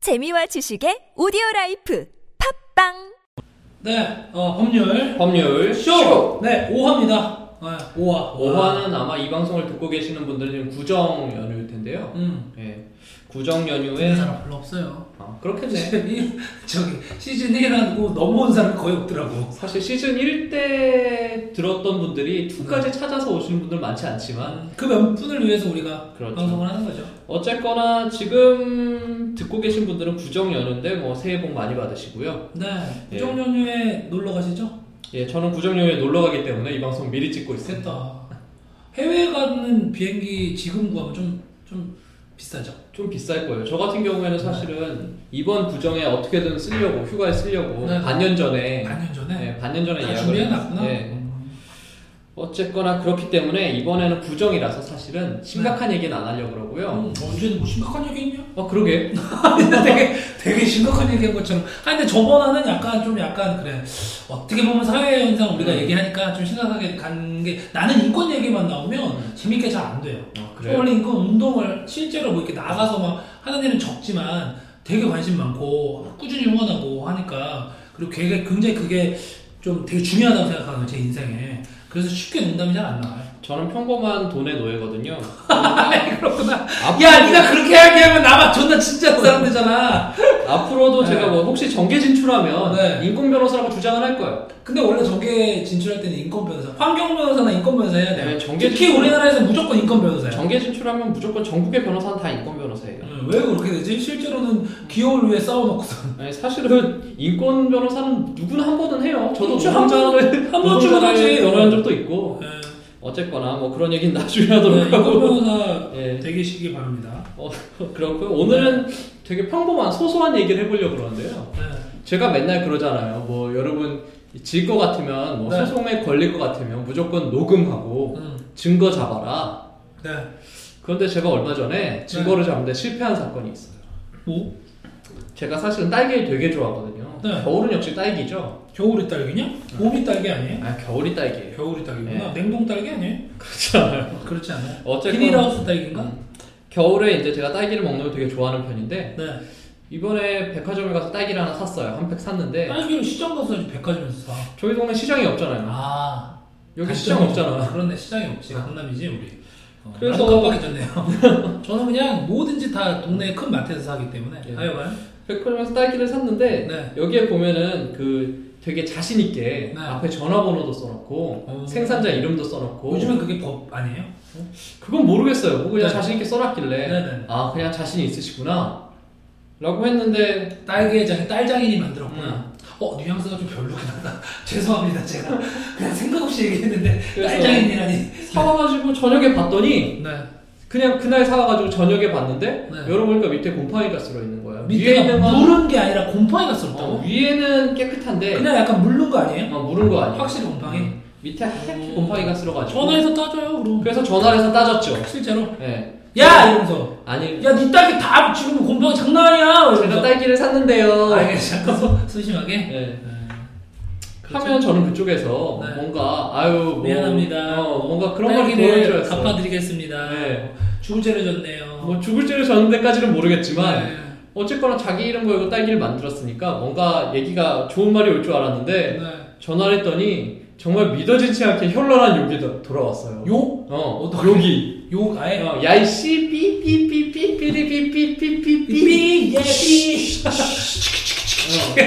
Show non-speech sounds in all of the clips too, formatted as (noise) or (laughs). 재미와 지식의 오디오 라이프 팝빵 네, 어, 법률 법률 쇼. 네, 5화입니다. 네, 5화. 5화는 아마 이 방송을 듣고 계시는 분들은 구정 연휴일 텐데요. 음. 예. 구정 연휴에 본 사람 별로 없어요. 아, 그렇겠네. 시즌 1, (laughs) 저기 시즌 1하고 넘어온 사람 거의 없더라고. 사실 시즌 1 때 들었던 분들이 2까지 찾아서 오시는 분들 많지 않지만 그 몇 분을 위해서 우리가 그렇죠. 방송을 하는 거죠. 어쨌거나 지금 듣고 계신 분들은 구정 연휴인데 뭐 새해 복 많이 받으시고요. 네, 예. 국정 연휴에 놀러 가시죠? 예, 저는 구정 연휴에 놀러 가기 때문에 이 방송 미리 찍고 있습니다. 됐다. 해외 가는 비행기 지금 구하면 좀, 좀 비싸죠. 좀 비쌀 거예요. 저 같은 경우에는 사실은 이번 구정에 어떻게든 쓰려고 휴가에 쓰려고 네. 반년 전에 반년 전에 네, 반년 전에 다 예약을 준비해놨구나. 음, 했- 예. 어쨌거나 그렇기 때문에 이번에는 부정이라서 사실은 심각한 얘기는 안 하려고 그러고요. 네. 음, 언제는 뭐 심각한 얘기 있냐? 어 그러게. 근데 (laughs) 되게 되게 심각한 얘기한 것처럼. 아 근데 저번화는 약간 좀 약간 그래. 어떻게 보면 사회 현상 우리가 음. 얘기하니까 좀 심각하게 간 게 나는 인권 얘기만 음. 나오면 재밌게 잘 안 돼요. 어, 저 원래 인권 운동을 실제로 뭐 이렇게 나가서 막 하는 일은 적지만 되게 관심 많고 꾸준히 응원하고 하니까 그리고 되게 굉장히 그게 좀 되게 중요하다고 생각하는 거예요, 제 인생에. 그래서 쉽게 농담이 잘 안 나와요. 저는 평범한 (laughs) 돈의 노예거든요. 아, 그렇구나. 앞으로, 야, 네가 그렇게 이야기하면 나만 존나 진짜 사람 되잖아. 앞으로도 네. 제가 뭐 혹시 정계 진출하면 네. 인공 변호사라고 주장을 할 거예요. 근데 원래 정계 진출할 때는 인권 변호사, 환경 변호사나 인권 변호사 해야 돼요. 네, 정계 특히 진출- 우리나라에서 무조건 인권 변호사예요. 정계 진출하면 무조건 전국의 변호사는 다 인권 변호사예요. 음, 왜 그렇게 되지? 실제로는 기업을 위해 싸워놓고서 아니, 네, 사실은 인권 변호사는 누구나 한 번은 해요. 저도 그- 그렇죠, 노동자를 한 번쯤은 하지. 변호한 적도 있고 네, 어쨌거나 뭐 그런 얘기는 나중에 하도록 인권 하고. 변호사 예. 되시기 바랍니다. 어, (laughs) 그렇고요. 오늘은 되게 평범한 소소한 얘기를 해보려고 그러는데요. 네. 제가 맨날 그러잖아요. 뭐 여러분 질 것 같으면 뭐 네. 소송에 걸릴 것 같으면 무조건 녹음하고 음, 증거 잡아라. 네. 그런데 제가 얼마 전에 증거를 잡는데 실패한 사건이 있어요. 뭐? 제가 사실은 딸기 되게 좋아하거든요. 네. 겨울은 역시 딸기죠. 겨울이 딸기냐? 봄이 딸기 아니에요? 아 겨울이 딸기예요. 겨울이 딸기구나. 네. 냉동 딸기 아니에요? 그렇잖아요. 그렇지 않아요? 어쨌건 비닐하우스 딸기인가? 음, 겨울에 이제 제가 딸기를 먹는 걸 되게 좋아하는 편인데 네. 이번에 백화점에 가서 딸기를 하나 샀어요. 한 팩 샀는데 딸기를 시장 가서 백화점에서 사. 저희 동네 시장이 없잖아요. 아. 여기 단점이 시장 없잖아. 아, 그런데 시장이 없지. 강남이지 우리. 어, 그래서- 나도 깜빡해졌네요. (laughs) 저는 그냥 뭐든지 다 동네 큰 마트에서 사기 때문에. 예. 하여간. 백화점에서 딸기를 샀는데 네. 여기에 보면은 그 되게 자신 있게 네. 앞에 전화번호도 써놓고 어. 생산자 이름도 써놓고 요즘엔 그게 법 아니에요? 그건 모르겠어요. 뭐 그냥 네. 자신 있게 써놨길래 네네. 아 그냥 자신 있으시구나 라고 했는데 딸기의 장이 딸장인이 만들었구나. 음. 어 뉘앙스가 좀 별로긴 하다. (laughs) 죄송합니다 제가 그냥 생각 없이 얘기했는데 그래서- 딸장인이라니. 사와가지고 저녁에 봤더니 네. 그냥 그날 사와가지고 저녁에 봤는데 네. 열어보니까 밑에 곰팡이가 들어있는 거야. 아, 위에 밑에가 있는 건 무른 게 아니라 곰팡이가 어, 쓸었다고? 위에는 깨끗한데 그냥 약간 물른 거 아니에요? 어, 물은 거 아니야. 확실히 곰팡이. 음, 밑에 하얗게 곰팡이가 쓸어가지고 전화해서 따져요 그럼. 그래서 전화를 해서 따졌죠. 실제로. 예. 야 이러면서. 아니 야니 딸기 다 지금 곰팡이 장난 아니야. 제가 딸기를 샀는데요. 알겠어. 약간 소- 소심하게. 예. 네. 그렇죠. 하면 저는 그쪽에서 네. 뭔가 아유 뭐, 미안합니다. 어, 뭔가 그런 걸 딸기를 보여줘야 갚아드리겠습니다. 네. 죽을 죄를 졌네요. 뭐 죽을 죄를 졌는 데까지는 모르겠지만 네. 어쨌거나 자기 이름 걸고 딸기를 만들었으니까 뭔가 얘기가 좋은 말이 올 줄 알았는데 네. 전화를 했더니 정말 믿어지지 않게 현란한 욕이 도- 돌아왔어요. 욕? 어, 어떡해. 욕이. 욕 아예? 어, 야이 씨 삐삐삐삐삐삐삐삐삐삐. 삐! 예, 삐!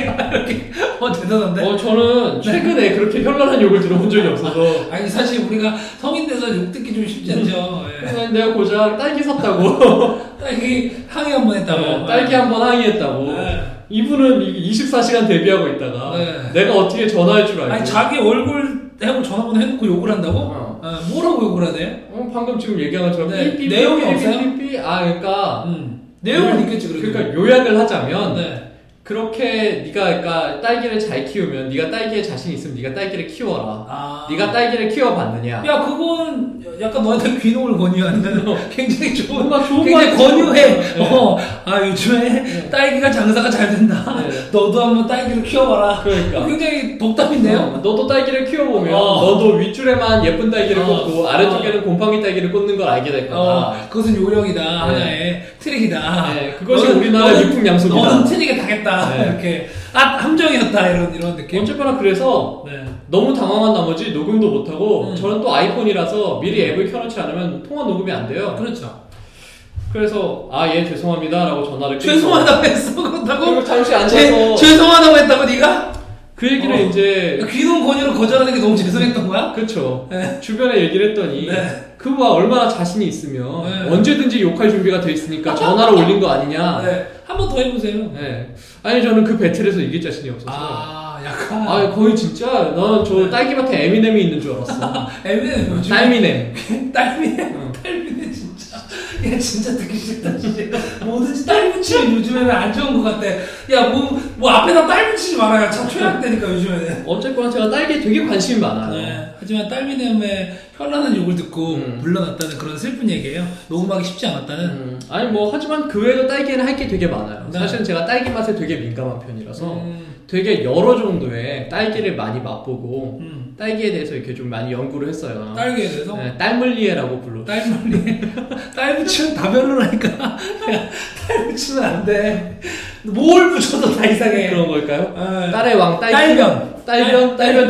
어, 대단한데? (laughs) 어, 네. 저는 최근에 그렇게 현란한 욕을 들어본 적이 없어서 아니, 사실 우리가 성인 돼서 욕 듣기 좀 쉽지 않죠. 예. 그래서 내가 고작 딸기 샀다고 (laughs) 딸기 항의 한 번 했다고. 네, (laughs) 딸기 한 번 항의했다고 네. 이분은 이- 24시간 대비하고 있다가 네. 내가 어떻게 전화할 줄 알고 아니, 자기 얼굴 하고 전화번호 해놓고 욕을 한다고? 어. 어, 뭐라고 욕을 하네요? 어, 방금 지금 얘기한 것처럼 네, 삐삐삐 내용이 없어요? 삐삐삐. 아 그러니까 음. 내용은 있겠지, 그래도. 그러니까 요약을 하자면 네. 그렇게 네가 그러니까 딸기를 잘 키우면 네가 딸기에 자신 있으면 네가 딸기를 키워라. 아. 네가 딸기를 키워봤느냐? 야, 그거는 약간 너한테 귀농을 (laughs) 어. 권유하는 굉장히 좋은, 뭔가 좋은 굉장히 거 같죠? 권유해. 네. 어, 아, 요즘에 네. 딸기가 장사가 잘 된다. 네. 너도 한번 딸기를 키워봐라. 그러니까. 굉장히 덕담인데요? 어, 너도 딸기를 키워보면 어. 너도 윗줄에만 예쁜 딸기를 어. 꽂고 아래쪽에는 곰팡이 딸기를 꽂는 걸 알게 될 거다. 어, 그것은 요령이다. 하나의 트릭이다. 아. 네, 그것이 우리나라의 너는- 율풍양속이다. 너는 트릭에 당했다. 네. 이렇게. 아, 함정이었다. 이런, 이런 느낌. 어쨌거나 그래서 네. 너무 당황한 나머지 녹음도 못하고 음. 저는 또 아이폰이라서 미리 앱을 켜놓지 않으면 통화 녹음이 안 돼요. 그렇죠. 그래서 아 예 죄송합니다라고 전화를 끊고 죄송하다고 했어. 그렇다고? 그리고 잠시 앉아서 죄, 죄송하다고 했다고, 네가 그 얘기를 어. 이제 귀농 권유를 거절하는 게 너무 죄송했던 거야? 그쵸 네. 주변에 얘기를 했더니 네. 그와 얼마나 자신이 있으면 네. 언제든지 욕할 준비가 돼 있으니까 전화를 올린 거 아니냐 네. 한 번 더 해보세요. 네. 아니 저는 그 배틀에서 이길 자신이 없어서 아, 아, 약간. 거의 진짜 난 저 딸기밭에 에미넴이 있는 줄 (laughs) 알았어 에미는 요즘 딸미넴 딸미네 응. 딸미네 진짜 야 진짜 듣기 싫다 진짜 뭐든지 딸 붙이면 요즘에는 안 좋은 것 같아 야뭐 뭐 앞에다 딸 붙이지 말아요 참 최악되니까 요즘에는 어쨌거나 제가 딸기에 되게 관심이 많아요 네, 하지만 딸미네의 현란한 욕을 듣고 음. 물러났다는 그런 슬픈 얘기예요 녹음하기 쉽지 않았다는 음, 아니 뭐 하지만 그 외에도 딸기에는 할 게 되게 많아요 네. 사실은 제가 딸기 맛에 되게 민감한 편이라서 음. 되게 여러 정도의 딸기를 많이 맛보고 음. 딸기에 대해서 이렇게 좀 많이 연구를 했어요. 딸기에 대해서 네, 딸물리에라고 불러. 딸머리 (laughs) 딸 붙이면 다 별로라니까 (laughs) 야, 딸 붙이면 안돼뭘 붙여도 다 아, 이상해 그런 걸까요? 아, 딸의 왕 딸기. 딸변. 딸변 딸변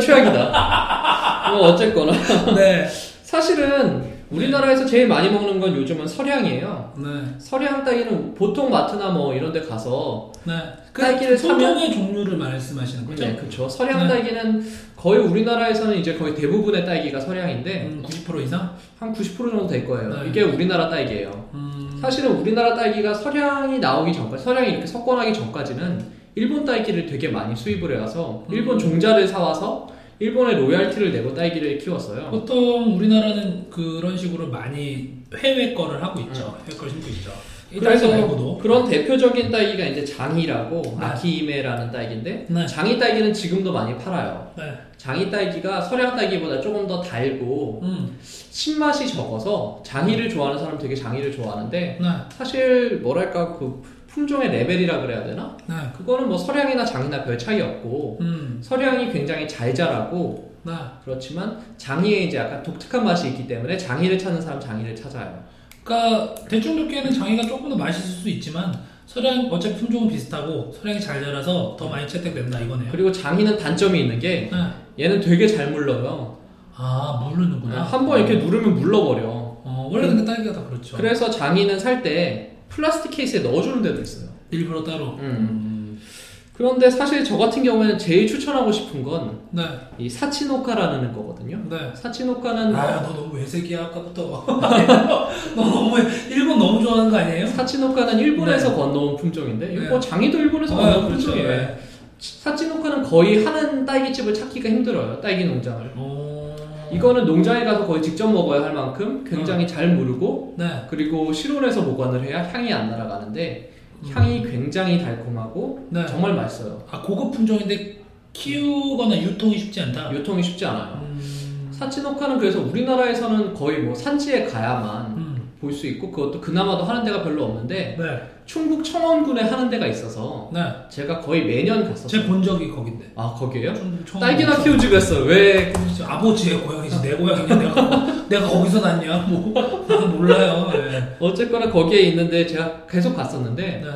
(laughs) 최악이다. 뭐 어쨌거나 네. 사실은 우리나라에서 제일 많이 먹는 건 요즘은 서량이에요. 네. 서량 딸기는 보통 마트나 뭐 이런 데 가서 네. 딸기를 그 소통의 종류를 말씀하시는 거죠? 네, 그렇죠. 서량 네. 딸기는 거의 우리나라에서는 이제 거의 대부분의 딸기가 서량인데 음, 90% 이상? 한 90% 정도 될 거예요. 네. 이게 우리나라 딸기예요. 음, 사실은 우리나라 딸기가 서량이 나오기 전까지, 서량이 이렇게 석권하기 전까지는 일본 딸기를 되게 많이 수입을 해와서 음. 일본 종자를 사와서 일본에 로얄티를 내고 딸기를 키웠어요. 보통 우리나라는 그런 식으로 많이 해외 거를 하고 있죠. 음. 해외 걸 신고 있죠. 이 딸기 말고도. 그런 대표적인 딸기가 이제 장이라고 네. 아키이메라는 딸기인데 네. 장이 딸기는 지금도 많이 팔아요. 네. 장이 딸기가 서량 딸기보다 조금 더 달고 음, 신맛이 적어서 장이를 좋아하는 사람 되게 장이를 좋아하는데 네. 네. 사실 뭐랄까 그 품종의 레벨이라 그래야 되나? 그거는 뭐 서량이나 장이나 별 차이 없고 음, 서량이 굉장히 잘 자라고 네. 그렇지만 장이에 이제 약간 독특한 맛이 있기 때문에 장이를 찾는 사람 장이를 찾아요. 그러니까 대충 듣기에는 장이가 조금 더 맛있을 수 있지만 서량 어차피 품종은 비슷하고 서량이 잘 자라서 더 많이 채택된다 이거네요. 그리고 장이는 단점이 있는 게 네. 얘는 되게 잘 물러요. 아 모르는구나. 네, 한 번 이렇게 누르면 물러버려. 어, 원래 근데 딸기가 다 그렇죠. 그래서 장이는 살 때 플라스틱 케이스에 넣어주는 데도 있어요. 일부러 따로. 음. 그런데 사실 저 같은 경우에는 제일 추천하고 싶은 건 네. 이 사치노카라는 거거든요. 네. 사치노카는 아야 너 너무 외색이야 아까부터 (laughs) 너 너무 일본 너무 좋아하는 거 아니에요? 사치노카는 일본에서 건너온 품종인데 이거 네. 뭐 장이도 일본에서 아, 건너온 그렇죠. 품종이에요. 네. 사치노카는 거의 하는 딸기집을 찾기가 힘들어요. 딸기 농장을. 오... 이거는 농장에 가서 거의 직접 먹어야 할 만큼 굉장히 음. 잘 무르고 네. 그리고 실온에서 보관을 해야 향이 안 날아가는데 향이 굉장히 달콤하고 음. 네. 정말 맛있어요. 아 고급 품종인데 키우거나 유통이 쉽지 않다. 유통이 쉽지 않아요. 음... 사치노카는 그래서 우리나라에서는 거의 뭐 산지에 가야만 음. 볼 수 있고 그것도 그나마도 하는 데가 별로 없는데 네. 충북 청원군에 하는 데가 있어서 네. 제가 거의 매년 갔었어요. 제 본 적이 거긴데. 아 거기에요? 좀 처음 딸기나 봤어. 키우지 그랬어요. 왜 진짜 아버지의 뭐 고향이지 내 고향이냐 내가 내가 거기서 (laughs) 났냐 뭐 나는 몰라요. 네. 어쨌거나 거기에 있는데 제가 계속 갔었는데 네.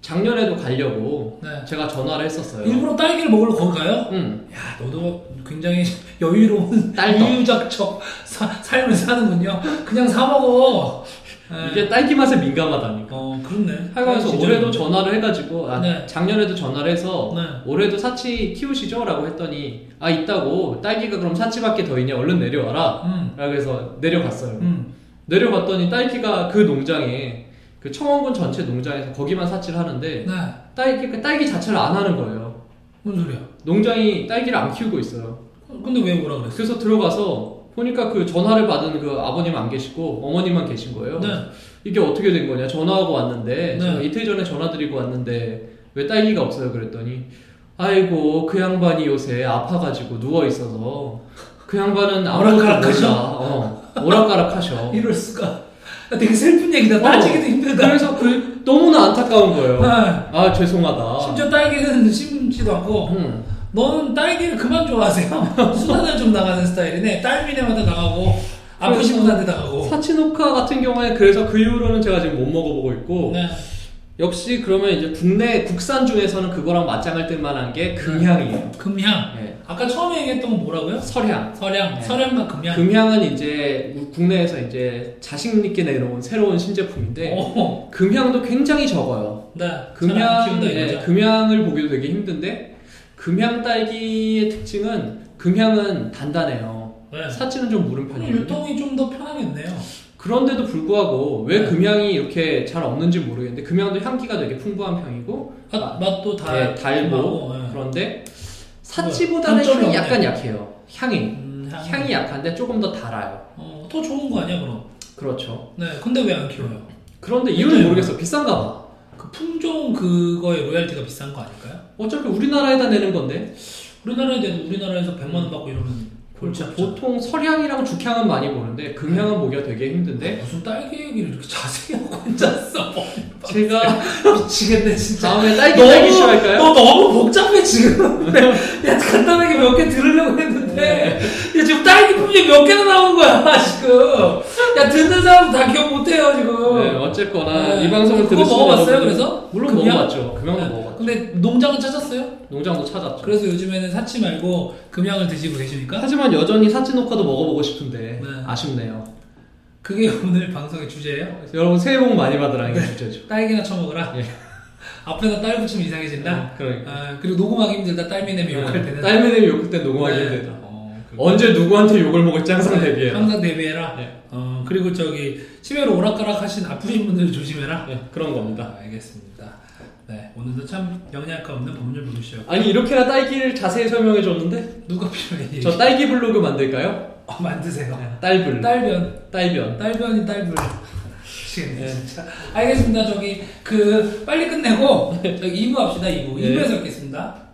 작년에도 가려고 네. 제가 전화를 했었어요. 음, 일부러 딸기를 먹으러 거기 가요? 응. 야, 너도 굉장히 (laughs) 여유로운 딸떡. 유유작적 사- 삶을 사는군요. 그냥 사 먹어. 예. 이게 딸기 맛에 민감하다니까. 어, 그렇네. 하여간서 진짜. 올해도 전화를 해가지고 아, 네. 작년에도 전화를 해서 네. 올해도 사치 키우시죠라고 했더니 아 있다고 딸기가 그럼 사치밖에 더 있냐 얼른 내려와라. 음, 라고 해서 내려갔어요. 음, 내려갔더니 딸기가 그 농장에 그 청원군 전체 농장에서 거기만 사치를 하는데 네. 딸기 그 딸기 자체를 안 하는 거예요. 뭔 소리야? 농장이 딸기를 안 키우고 있어요. 근데 왜 오라 그랬어? 그래서 들어가서 보니까 그 전화를 받은 그 아버님 안 계시고 어머님만 계신 거예요. 네. 이게 어떻게 된 거냐? 전화하고 왔는데 네. 제가 이틀 전에 전화 드리고 왔는데 왜 딸기가 없어요? 그랬더니 아이고 그 양반이 요새 아파가지고 누워 있어서 그 양반은 아무것도 오락가락하셔? 몰라. 어, 오락가락하셔. 네. 이럴 수가. 되게 슬픈 얘기다. 따지기도 어, 힘들다. 그래서 그 너무나 안타까운 거예요. 아, 아 죄송하다. 심지어 딸기는 심지도 않고 음. 너는 딸기를 그만 좋아하세요. (laughs) 수단을 좀 나가는 스타일이네. 딸미네마다 나가고 그렇죠. 아프신 분한테 나가고. 사치노카 같은 경우에 그래서 그 이후로는 제가 지금 못 먹어보고 있고 네. 역시 그러면 이제 국내 국산 중에서는 그거랑 맞짱할 뜰만한 게 금향이에요. 금향. 예. 아까 처음에 얘기했던 건 뭐라고요? 설향. 설향. 네. 설향과 금향. 금향은 이제 우- 국내에서 이제 자신 있게 내놓은 새로운 신제품인데 네. 오, 네. 금향도 굉장히 적어요. 나 네. 금양, 금향 어. 키운다 예, 이거죠. 금양을 보기도 되게 힘든데 금양 딸기의 특징은 금양은 단단해요. 네. 사치는 좀 무른 그럼 편이에요. 유통이 좀 더 편하겠네요. 그런데도 불구하고 왜 네. 금양이 이렇게 잘 없는지 모르겠는데 금양도 향기가 되게 풍부한 편이고 맛, 맛도 아, 다 예, 달고 하고, 예. 그런데 사치보다는 단점이 없네. 향이 약간 약해요. 향이 음, 향. 향이 약한데 조금 더 달아요. 어, 더 좋은 거 아니야 그럼? 그렇죠. 네. 근데 왜 안 키워요? 그런데 네. 이유는 모르겠어. 비싼가 봐. 그 품종 그거의 로얄티가 비싼 거 아닐까요? 어차피 우리나라에다 내는 건데 우리나라에 대해서 우리나라에서 100만 원 받고 이러면 그 골치 아프죠. 네. 보통 설향이랑 죽향은 많이 보는데 금향은 보기가 되게 힘든데 (laughs) 무슨 딸기 얘기를 이렇게 자세히 하고 (laughs) 혼자서 제가 미치겠네 진짜 다음에 딸기 너무- 딸기 쇼 할까요? 너 너무 복잡해 지금 야 네. 간단하게 몇 개 들으려고 네. 했는데 야 지금 딸기 품질 몇 개나 나온 거야 (laughs) 지금 야 듣는 사람도 다 기억 못해요 지금 네, 어쨌거나 네. 이 방송을 그거 들으시는 먹어봤어요 여러분들- 그래서? 물론 금양? 먹어봤죠. 금양도 네. 먹어봤죠. 근데 농장은 찾았어요? 농장도 찾았죠. 그래서 요즘에는 사치 말고 금양을 드시고 계십니까? 하지만 여전히 사치노카도 먹어보고 싶은데 네. 아쉽네요. 그게 (laughs) 오늘 방송의 주제예요? 여러분 새해 복 많이 받으라는 게 주제죠. 딸기나 처먹어라 예. (laughs) 앞에다 딸 붙이면 이상해진다? 그러니까. 아, 그리고 녹음하기 힘들다 딸미 내면 욕할 때는 네. 딸매님이 욕할 때 녹음하기 네. 힘들다. 어, 그렇구나. 언제 누구한테 욕을 먹을지 항상 대비해라. 항상 대비해라. 네. 어, 그리고 저기 심해로 오락가락 하신 아프신 분들 조심해라. 네, 그런 겁니다. 아, 알겠습니다. 네, 오늘도 참 영양가 없는 법률 부르시오. 아니 이렇게나 딸기를 자세히 설명해 줬는데 누가 필요해? 저 딸기 블로그 만들까요? 어, 만드세요. 네. 예. 딸블, 딸변, 딸변. 딸변이 딸불. 예. 예. 미치겠네, 진짜. 알겠습니다. 저기 그 빨리 끝내고 저기 2부 합시다. 2부. 네. 2부에서 뵙겠습니다.